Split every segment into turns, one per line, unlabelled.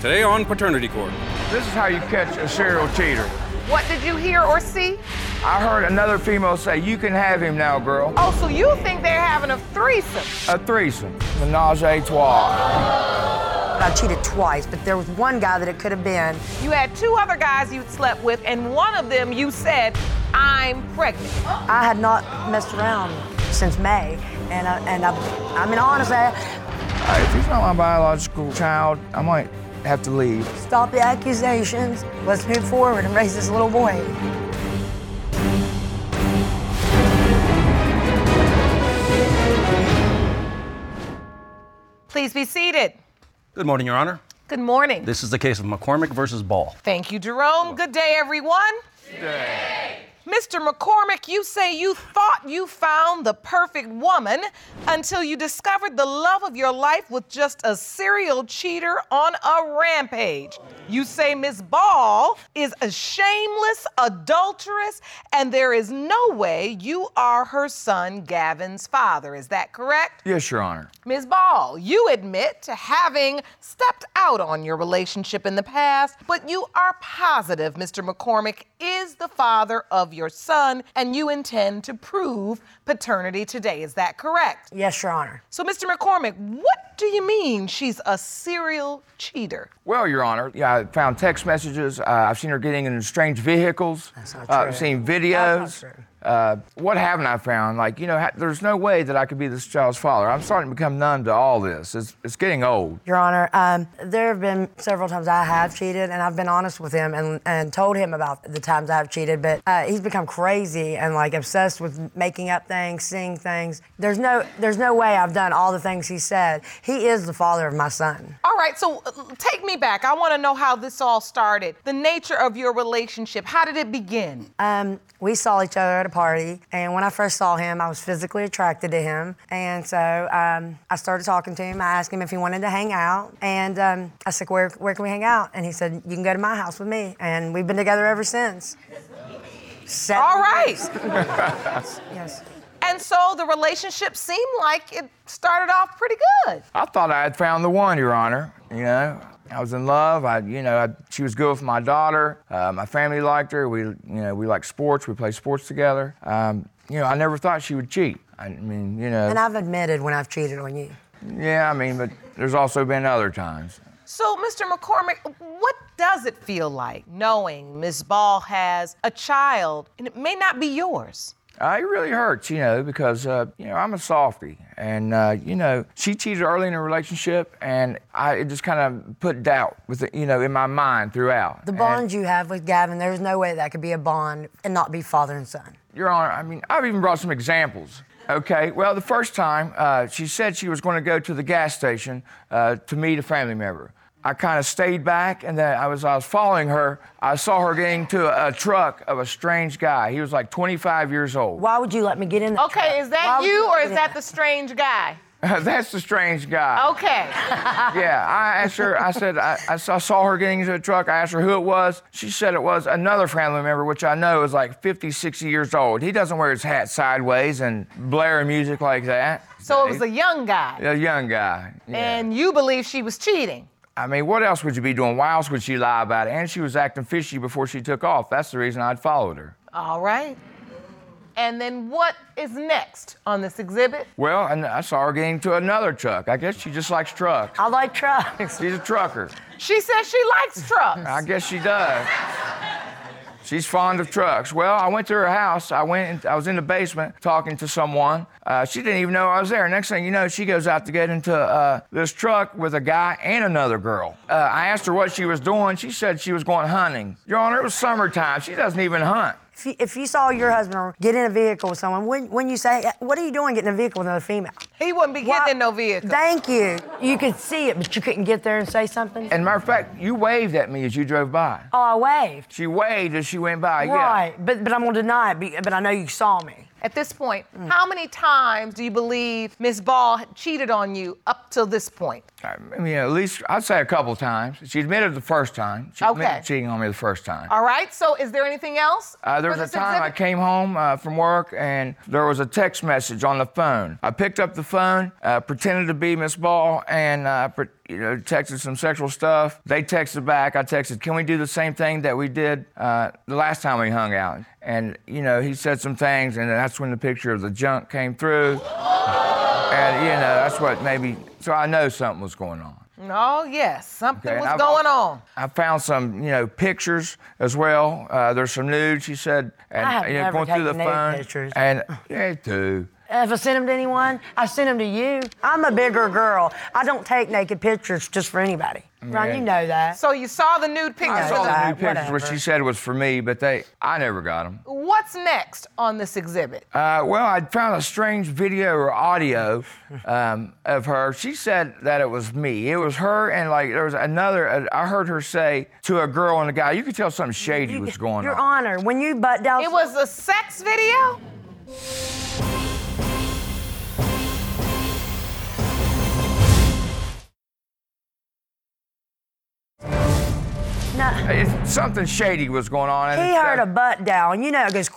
today on Paternity Court.
This is how you catch a serial cheater.
What did you hear or see?
I heard another female say, You can have him now, girl.
Oh, so you think they're having a threesome?
A threesome. Menage a trois.
I cheated twice, but there was one guy that it could have been.
You had two other guys you'd slept with, and one of them you said, I'm pregnant.
I had not messed around since May, and I, and I, I mean honestly,
Uh, If he's not my biological child, I might have to leave.
stop the accusations. Let's move forward and raise this little boy.
Please be seated.
Good morning, Your Honor.
Good morning.
This is the case of McCormick versus Ball.
Thank you, Jerome. Good day, everyone. Mr. McCormick, you say you thought you found the perfect woman until you discovered the love of your life with just a serial cheater on a rampage. You say Miss Ball is a shameless adulteress, and there is no way you are her son Gavin's father. Is that correct?
Yes, Your Honor.
Ms. Ball, you admit to having stepped out on your relationship in the past, but you are positive Mr. McCormick is the father of your son and you intend to prove paternity today. Is that correct?
Yes, Your Honor.
So, Mr. McCormick, what do you mean she's a serial cheater?
Well, Your Honor, yeah, I found text messages. Uh, I've seen her getting in strange vehicles.
That's not
Uh,
true.
I've seen
That's
videos.
not true.
Uh, what haven't I found? Like, you know, ha- there's no way that I could be this child's father. I'm starting to become numb to all this. It's, it's getting old.
Your Honor, um, there have been several times I have cheated, and I've been honest with him and, and told him about the times I've cheated, but uh, he's become crazy and like obsessed with making up things, seeing things. There's no, there's no way I've done all the things he said. He is the father of my son.
All right, so uh, take me back. I want to know how this all started, the nature of your relationship. How did it begin?
Um, we saw each other at a party, and when I first saw him, I was physically attracted to him, and so um, I started talking to him. I asked him if he wanted to hang out, and um, I said, where, "Where can we hang out?" And he said, "You can go to my house with me," and we've been together ever since. Seven
all right.
years. Yes.
And so the relationship seemed like it started off pretty good.
I thought I had found the one, Your Honor. You know, I was in love. I, you know, I, she was good with my daughter. Uh, my family liked her. We, you know, we like sports. We play sports together. Um, you know, I never thought she would cheat. I mean, you know,
And I've admitted when I've cheated on you.
yeah, I mean, but there's also been other times.
So, Mr. McCormick, what does it feel like knowing Ms. Ball has a child and it may not be yours?
Uh, it really hurts, you know, because uh, you know I'm a softie, and uh, you know she cheated early in the relationship, and I it just kind of put doubt with the, you know in my mind throughout.
The
And-
bond you have with Gavin, there's no way that could be a bond and not be father and son.
Your Honor, I mean, I've even brought some examples. Okay, well, the first time uh, she said she was going to go to the gas station uh, to meet a family member. I kind of stayed back, and then I was, I was following her. I saw her getting to a, a truck of a strange guy. He was like 25 years old.
Why would you let me get in? that
Okay,
truck?
is that
Why would
you
let
or
me
is
get in
that the strange guy?
That's the strange guy.
Okay.
Yeah, I asked her, I said, I, I saw- I saw her getting into a truck. I asked her who it was. She said it was another family member, which I know is like 50, 60 years old. He doesn't wear his hat sideways and blaring music like that.
So it was a young guy.
A young guy. yeah.
And you believe she was cheating.
I mean, what else would you be doing? Why else would she lie about it? And she was acting fishy before she took off. That's the reason I'd followed her.
All right. And then what is next on this exhibit?
Well, and I saw her getting to another truck. I guess she just likes trucks.
I like trucks.
She's a trucker.
She says she likes trucks.
I guess she does. She's fond of trucks. Well, I went to her house. I went. And I was in the basement talking to someone. Uh, she didn't even know I was there. Next thing you know, she goes out to get into uh, this truck with a guy and another girl. Uh, I asked her what she was doing. She said she was going hunting. Your Honor, it was summertime. She doesn't even hunt.
If you, if you saw your husband or get in a vehicle with someone, when, when you say, What are you doing getting in a vehicle with another female?
He wouldn't be getting
Why-
in no vehicle.
Thank you. You could see it, but you couldn't get there and say something?
And matter of fact, you waved at me as you drove by.
oh, I waved.
She waved as she went by. yeah.
Right. But, but I'm going to deny it, be- but I know you saw me.
At this point, how many times do you believe Miss Ball had cheated on you up till this point?
I mean, at least I'd say a couple times. She admitted the first time. She
Okay.
admitted cheating on me the first time.
All right. So, is there anything else?
Uh, there
for
was a
this
time I
exhibit?
came home uh, from work and there was a text message on the phone. I picked up the phone, uh, pretended to be Miss Ball, and uh, pre- you know texted some sexual stuff. They texted back. I texted, "Can we do the same thing that we did uh, the last time we hung out?" And you know he said some things, and that's when the picture of the junk came through. and you know that's what maybe. So I know something was going on.
Oh yes, something
Okay, and
was
I've
going
al-
on.
I found some, you know, pictures as well. Uh, there's some nudes. She said, and
I have
you know,
never
going through the
taken nude
phone,
pictures.
and yeah, too.
If I send them to anyone, I send them to you. I'm a bigger girl. I don't take naked pictures just for anybody.
Mm,
Ron, you know that.
So you saw the nude picture.
I
Yeah,
saw
but
the
I-
nude pictures, which
whatever.
she said was for me, but they, I never got them.
What's next on this exhibit?
Uh, well, I found a strange video or audio um, of her. She said that it was me. It was her, and like there was another. Uh, I heard her say to a girl and a guy, "You could tell something shady was going
Your
on."
Honor, when you butt down.
It was a sex video?
No,
It's- something shady was going on. And
he
it's,
heard
uh,
a butt down. You know, it goes.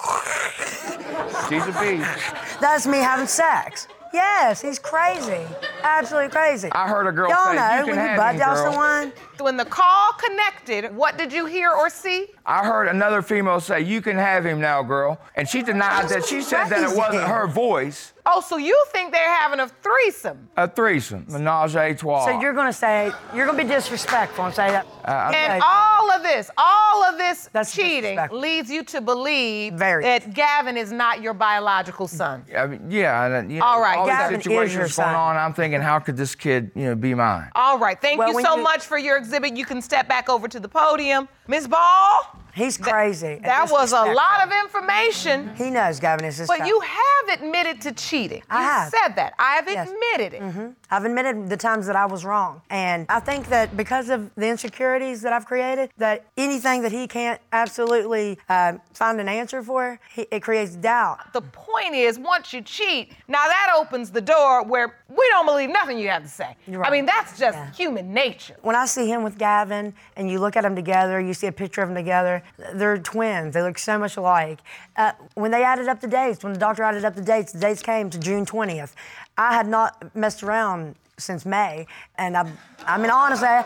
She's a beast.
That's me having sex. Yes, he's crazy. Absolutely crazy.
I heard a girl
Y'all
say,
know
"You can
when you
have
butt
him,
down
girl."
someone.
When the call connected, what did you hear or see?
I heard another female say, "You can have him now, girl," and she denied that. She said that it wasn't her voice.
Oh, so you think they're having a threesome.
A threesome, menage a trois.
So you're gonna say you're gonna be disrespectful and say that.
Uh,
And
Okay.
all of this, all of this
That's
cheating
disrespectful.
leads you to believe
Very.
that Gavin is not your biological son.
I mean, yeah. and, uh, you
All right,
All
Gavin
the
is
situations
your
going
son.
on. I'm thinking, how could this kid, you know, be mine?
All right, thank
Well,
you
when
so
you-
much for your exhibit. You can step back over to the podium. Ms. Ball?
He's
that-
crazy. and
That was a
disrespectful.
lot of information.
He knows Gavin is his
But
child.
you have admitted to cheating.
I
you
have.
said that. I've
Yes. Mm-hmm.
admitted it.
I've admitted the times that I was wrong. And I think that because of the insecurities that I've created, that anything that he can't absolutely uh, find an answer for, he, it creates doubt.
The point is, once you cheat, now that opens the door where we don't believe nothing you have to say.
You're right.
I mean, that's just
Yeah.
human nature.
When I see him with Gavin and you look at them together, you see a picture of them together, they're twins. They look so much alike. Uh, when they added up the dates, when the doctor added up the dates, the dates came to June 20th. I had not messed around since May. And I, I mean, honestly, I,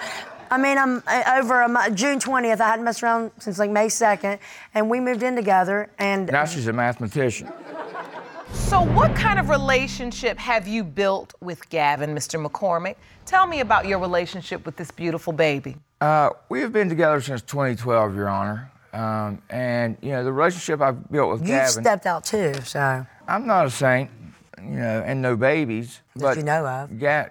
I mean, I'm uh, over a, mo- June 20th. I hadn't messed around since like May 2nd. And we moved in together. And
Now she's a mathematician.
So, what kind of relationship have you built with Gavin, Mr. McCormick? Tell me about your relationship with this beautiful baby.
Uh, we have been together since 2012, Your Honor. Um, and you know, the relationship I've built with
you
Gavin.
stepped out too, so.
I'm not a saint, you know, and no babies. but
you know of.
Ga-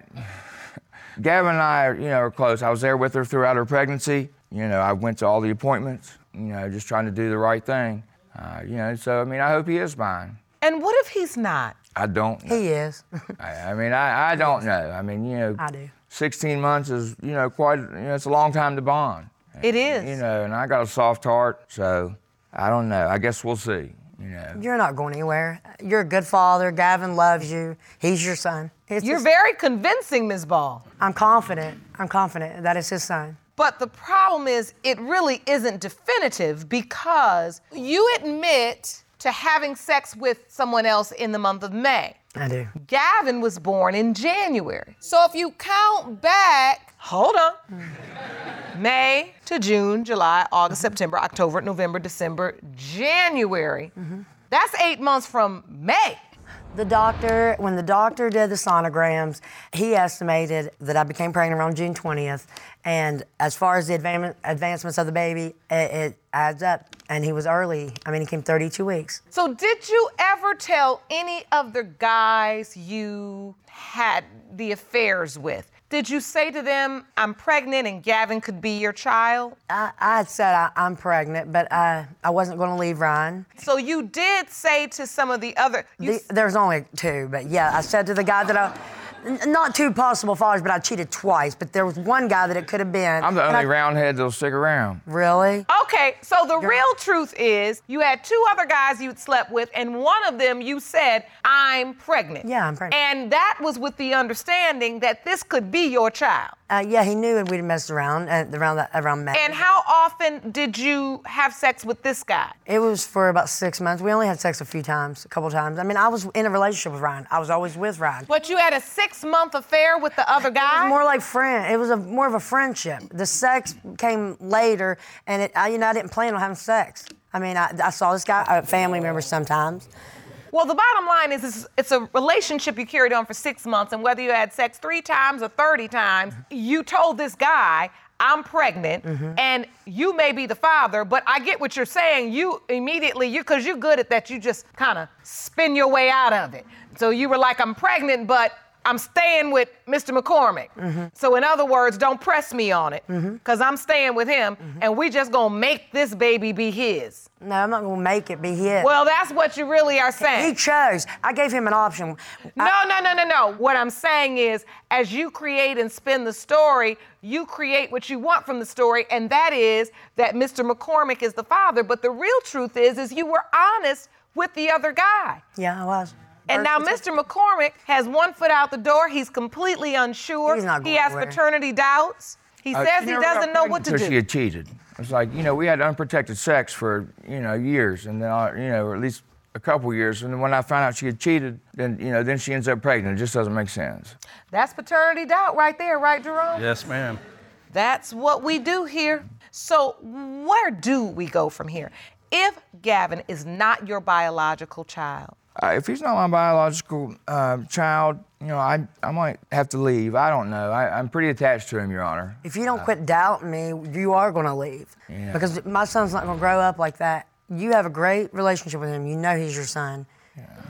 Gavin and I, you know, are close. I was there with her throughout her pregnancy. You know, I went to all the appointments. You know, just trying to do the right thing. Uh, you know, so I mean, I hope he is mine.
And what if he's not?
I don't. Know.
He is.
I, I mean, I, I don't know. I mean, you know,
I do.
16 months is, you know, quite. You know, it's a long time to bond.
It is.
You know, and I got a soft heart, so I don't know. I guess we'll see. You know.
You're not going anywhere. You're a good father. Gavin loves you. He's your son. It's
You're
his-
very convincing, Ms. Ball.
I'm confident. I'm confident that it's his son.
But the problem is, it really isn't definitive because you admit to having sex with someone else in the month of May.
I do.
Gavin was born in January. So if you count back, hold on, May to June, July, August, September, October, November, December, January, that's eight months from May.
The doctor, when the doctor did the sonograms, he estimated that I became pregnant around June 20th. And as far as the advan- advancements of the baby, it, it adds up. And he was early. I mean, he came 32 weeks.
So did you ever tell any of the guys you had the affairs with? Did you say to them, I'm pregnant and Gavin could be your child?
I, I had said I, I'm pregnant, but I, I wasn't going to leave Ryan.
So you did say to some of the other, you
The, there's only two, but yeah, I said to the guy that I, N- not two possible fathers, but I cheated twice. But there was one guy that it could have been.
I'm the
And
only
I-
roundhead that'll stick around.
Really?
Okay, so the real truth is you had two other guys you'd slept with, and one of them you said, I'm pregnant.
Yeah, I'm pregnant.
And that was with the understanding that this could be your child.
Uh, yeah, he knew we'd messed around and around that around Matt.
And how often did you have sex with this guy?
It was for about six months. We only had sex a few times, a couple times. I mean, I was in a relationship with Ryan. I was always with Ryan.
But you had a six month affair with the other
It
guy?
was more like friend. It was a more of a friendship. The sex came later, and it, I, you know, I didn't plan on having sex. I mean, I, I saw this guy, a family member sometimes.
Well, the bottom line is it's, it's a relationship you carried on for six months, and whether you had sex three times or 30 times, you told this guy, I'm pregnant,
Mm-hmm.
and you may be the father, but I get what you're saying. You immediately, you because you're good at that, you just kind of spin your way out of it. So you were like, I'm pregnant, but I'm staying with Mr. McCormick.
Mm-hmm.
So, in other words, don't press me on it, because I'm staying with him,
Mm-hmm.
and we just gonna make this baby be his.
No, I'm not gonna make it be his.
Well, that's what you really are saying.
he chose. I gave him an option.
No, no, no, no, no. What I'm saying is, as you create and spin the story, you create what you want from the story, and that is that Mr. McCormick is the father. But the real truth is, is you were honest with the other guy.
Yeah, I was.
And now Mr. McCormick has one foot out the door. He's completely unsure.
He's not
he
going
has
anywhere.
paternity doubts. He
Uh,
says he doesn't know what to
Because she
do.
had cheated. It's like, you know, we had unprotected sex for, you know, years and then, I- you know, or at least a couple years. And then when I found out she had cheated, then, you know, then she ends up pregnant. It just doesn't make sense.
That's paternity doubt right there, right, Jerome?
Yes, ma'am.
That's what we do here. So, where do we go from here? If Gavin is not your biological child,
Uh, if he's not my biological um, child, you know, I, I might have to leave. I don't know. I, I'm pretty attached to him, Your Honor.
If you don't quit doubting me, you are gonna leave. Because my son's not gonna grow up like that. You have a great relationship with him. You know he's your son.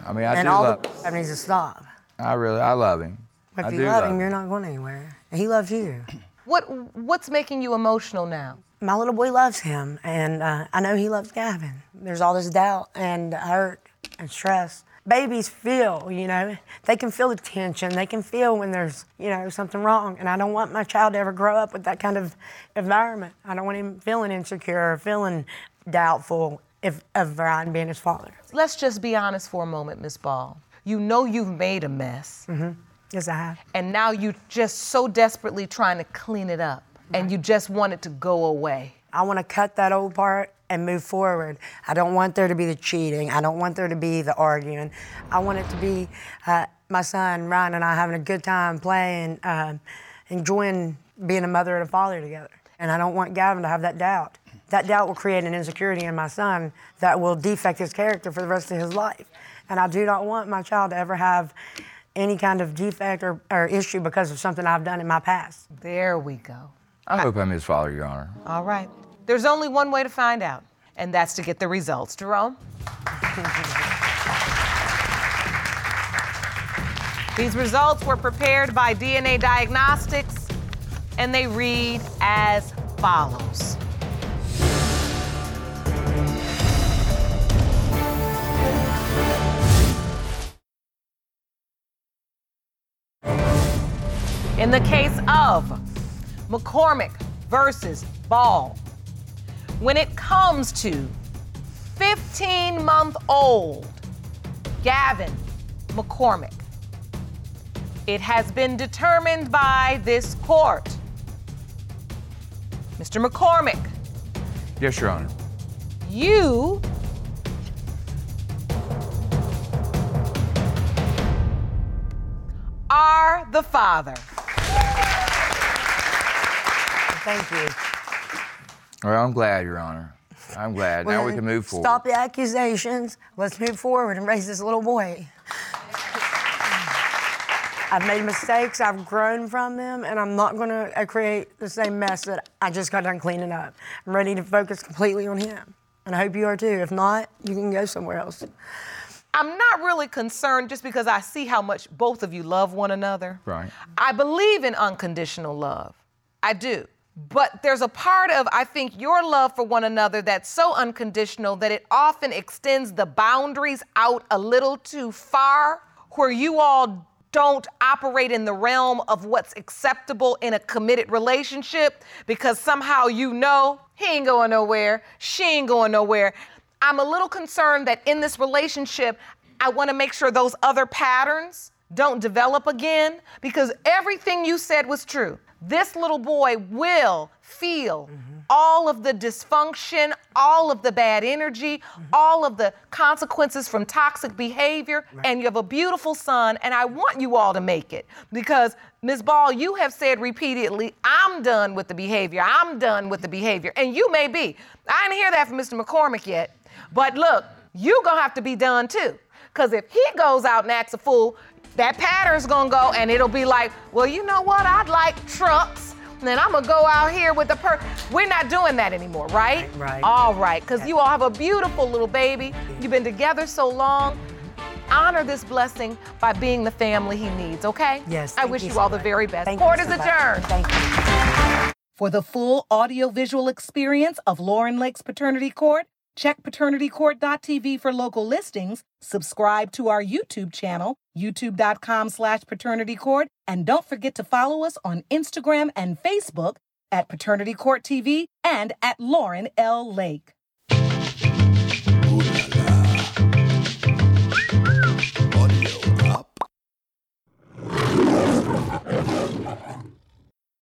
I mean, I
and
do
all
love.
the needs to stop.
I really, I love him.
If
I
you
do
love him, you're not going anywhere. And he loves you.
what what's making you emotional now?
My little boy loves him, and uh, I know he loves Gavin. There's all this doubt and hurt and stress. Babies feel, you know, they can feel the tension. They can feel when there's, you know, something wrong. And I don't want my child to ever grow up with that kind of environment. I don't want him feeling insecure or feeling doubtful if, of Ryan being his father.
Let's just be honest for a moment, Miss Ball. You know you've made a mess,
Yes, I have.
and now you just so desperately trying to clean it up, and you just want it to go away.
I want to cut that old part and move forward. I don't want there to be the cheating. I don't want there to be the arguing. I want it to be uh, my son Ryan and I having a good time playing, um, enjoying being a mother and a father together. And I don't want Gavin to have that doubt. That doubt will create an insecurity in my son that will defect his character for the rest of his life. And I do not want my child to ever have any kind of defect or, or issue because of something I've done in my past.
There we go.
I hope I'm his father, Your Honor.
All right. There's only one way to find out, and that's to get the results. Jerome? These results were prepared by DNA Diagnostics, and they read as follows. In the case of McCormick versus Ball, when it comes to 15 month old Gavin McCormick, it has been determined by this court. Mr. McCormick,
Yes, Your Honor.
you are the father.
Thank you.
Well, I'm glad, Your Honor. I'm glad. now we can move forward.
Stop the accusations. Let's move forward and raise this little boy. I've made mistakes. I've grown from them, and I'm not going to create the same mess that I just got done cleaning up. I'm ready to focus completely on him, and I hope you are too. If not, you can go somewhere else.
I'm not really concerned just because I see how much both of you love one another.
Right.
I believe in unconditional love. I do. But there's a part of, I think, your love for one another that's so unconditional that it often extends the boundaries out a little too far, where you all don't operate in the realm of what's acceptable in a committed relationship because somehow you know he ain't going nowhere, she ain't going nowhere. I'm a little concerned that in this relationship, I want to make sure those other patterns don't develop again because everything you said was true. This little boy will feel all of the dysfunction, all of the bad energy, all of the consequences from toxic behavior, and you have a beautiful son, and I want you all to make it because Ms. Ball, you have said repeatedly, I'm done with the behavior, I'm done with the behavior, and you may be. I didn't hear that from Mr. McCormick yet, but look, you gonna have to be done too. Cause if he goes out and acts a fool, that pattern's gonna go and it'll be like, well, you know what? I'd like trucks. And then I'm gonna go out here with the per. We're not doing that anymore, right?
Right, right.
All right, because
Yeah.
you all have a beautiful little baby. You've been together so long. Honor this blessing by being the family he needs, okay?
Yes.
I
thank
wish you,
so
all
much.
the very best.
Thank you
Court is
so much.
adjourned.
Thank you.
For the full audiovisual experience of Lauren Lake's Paternity Court, check paternitycourt.tv for local listings, subscribe to our YouTube channel, youtube.com slash paternitycourt, and don't forget to follow us on Instagram and Facebook at Paternity Court TV and at Lauren L. Lake.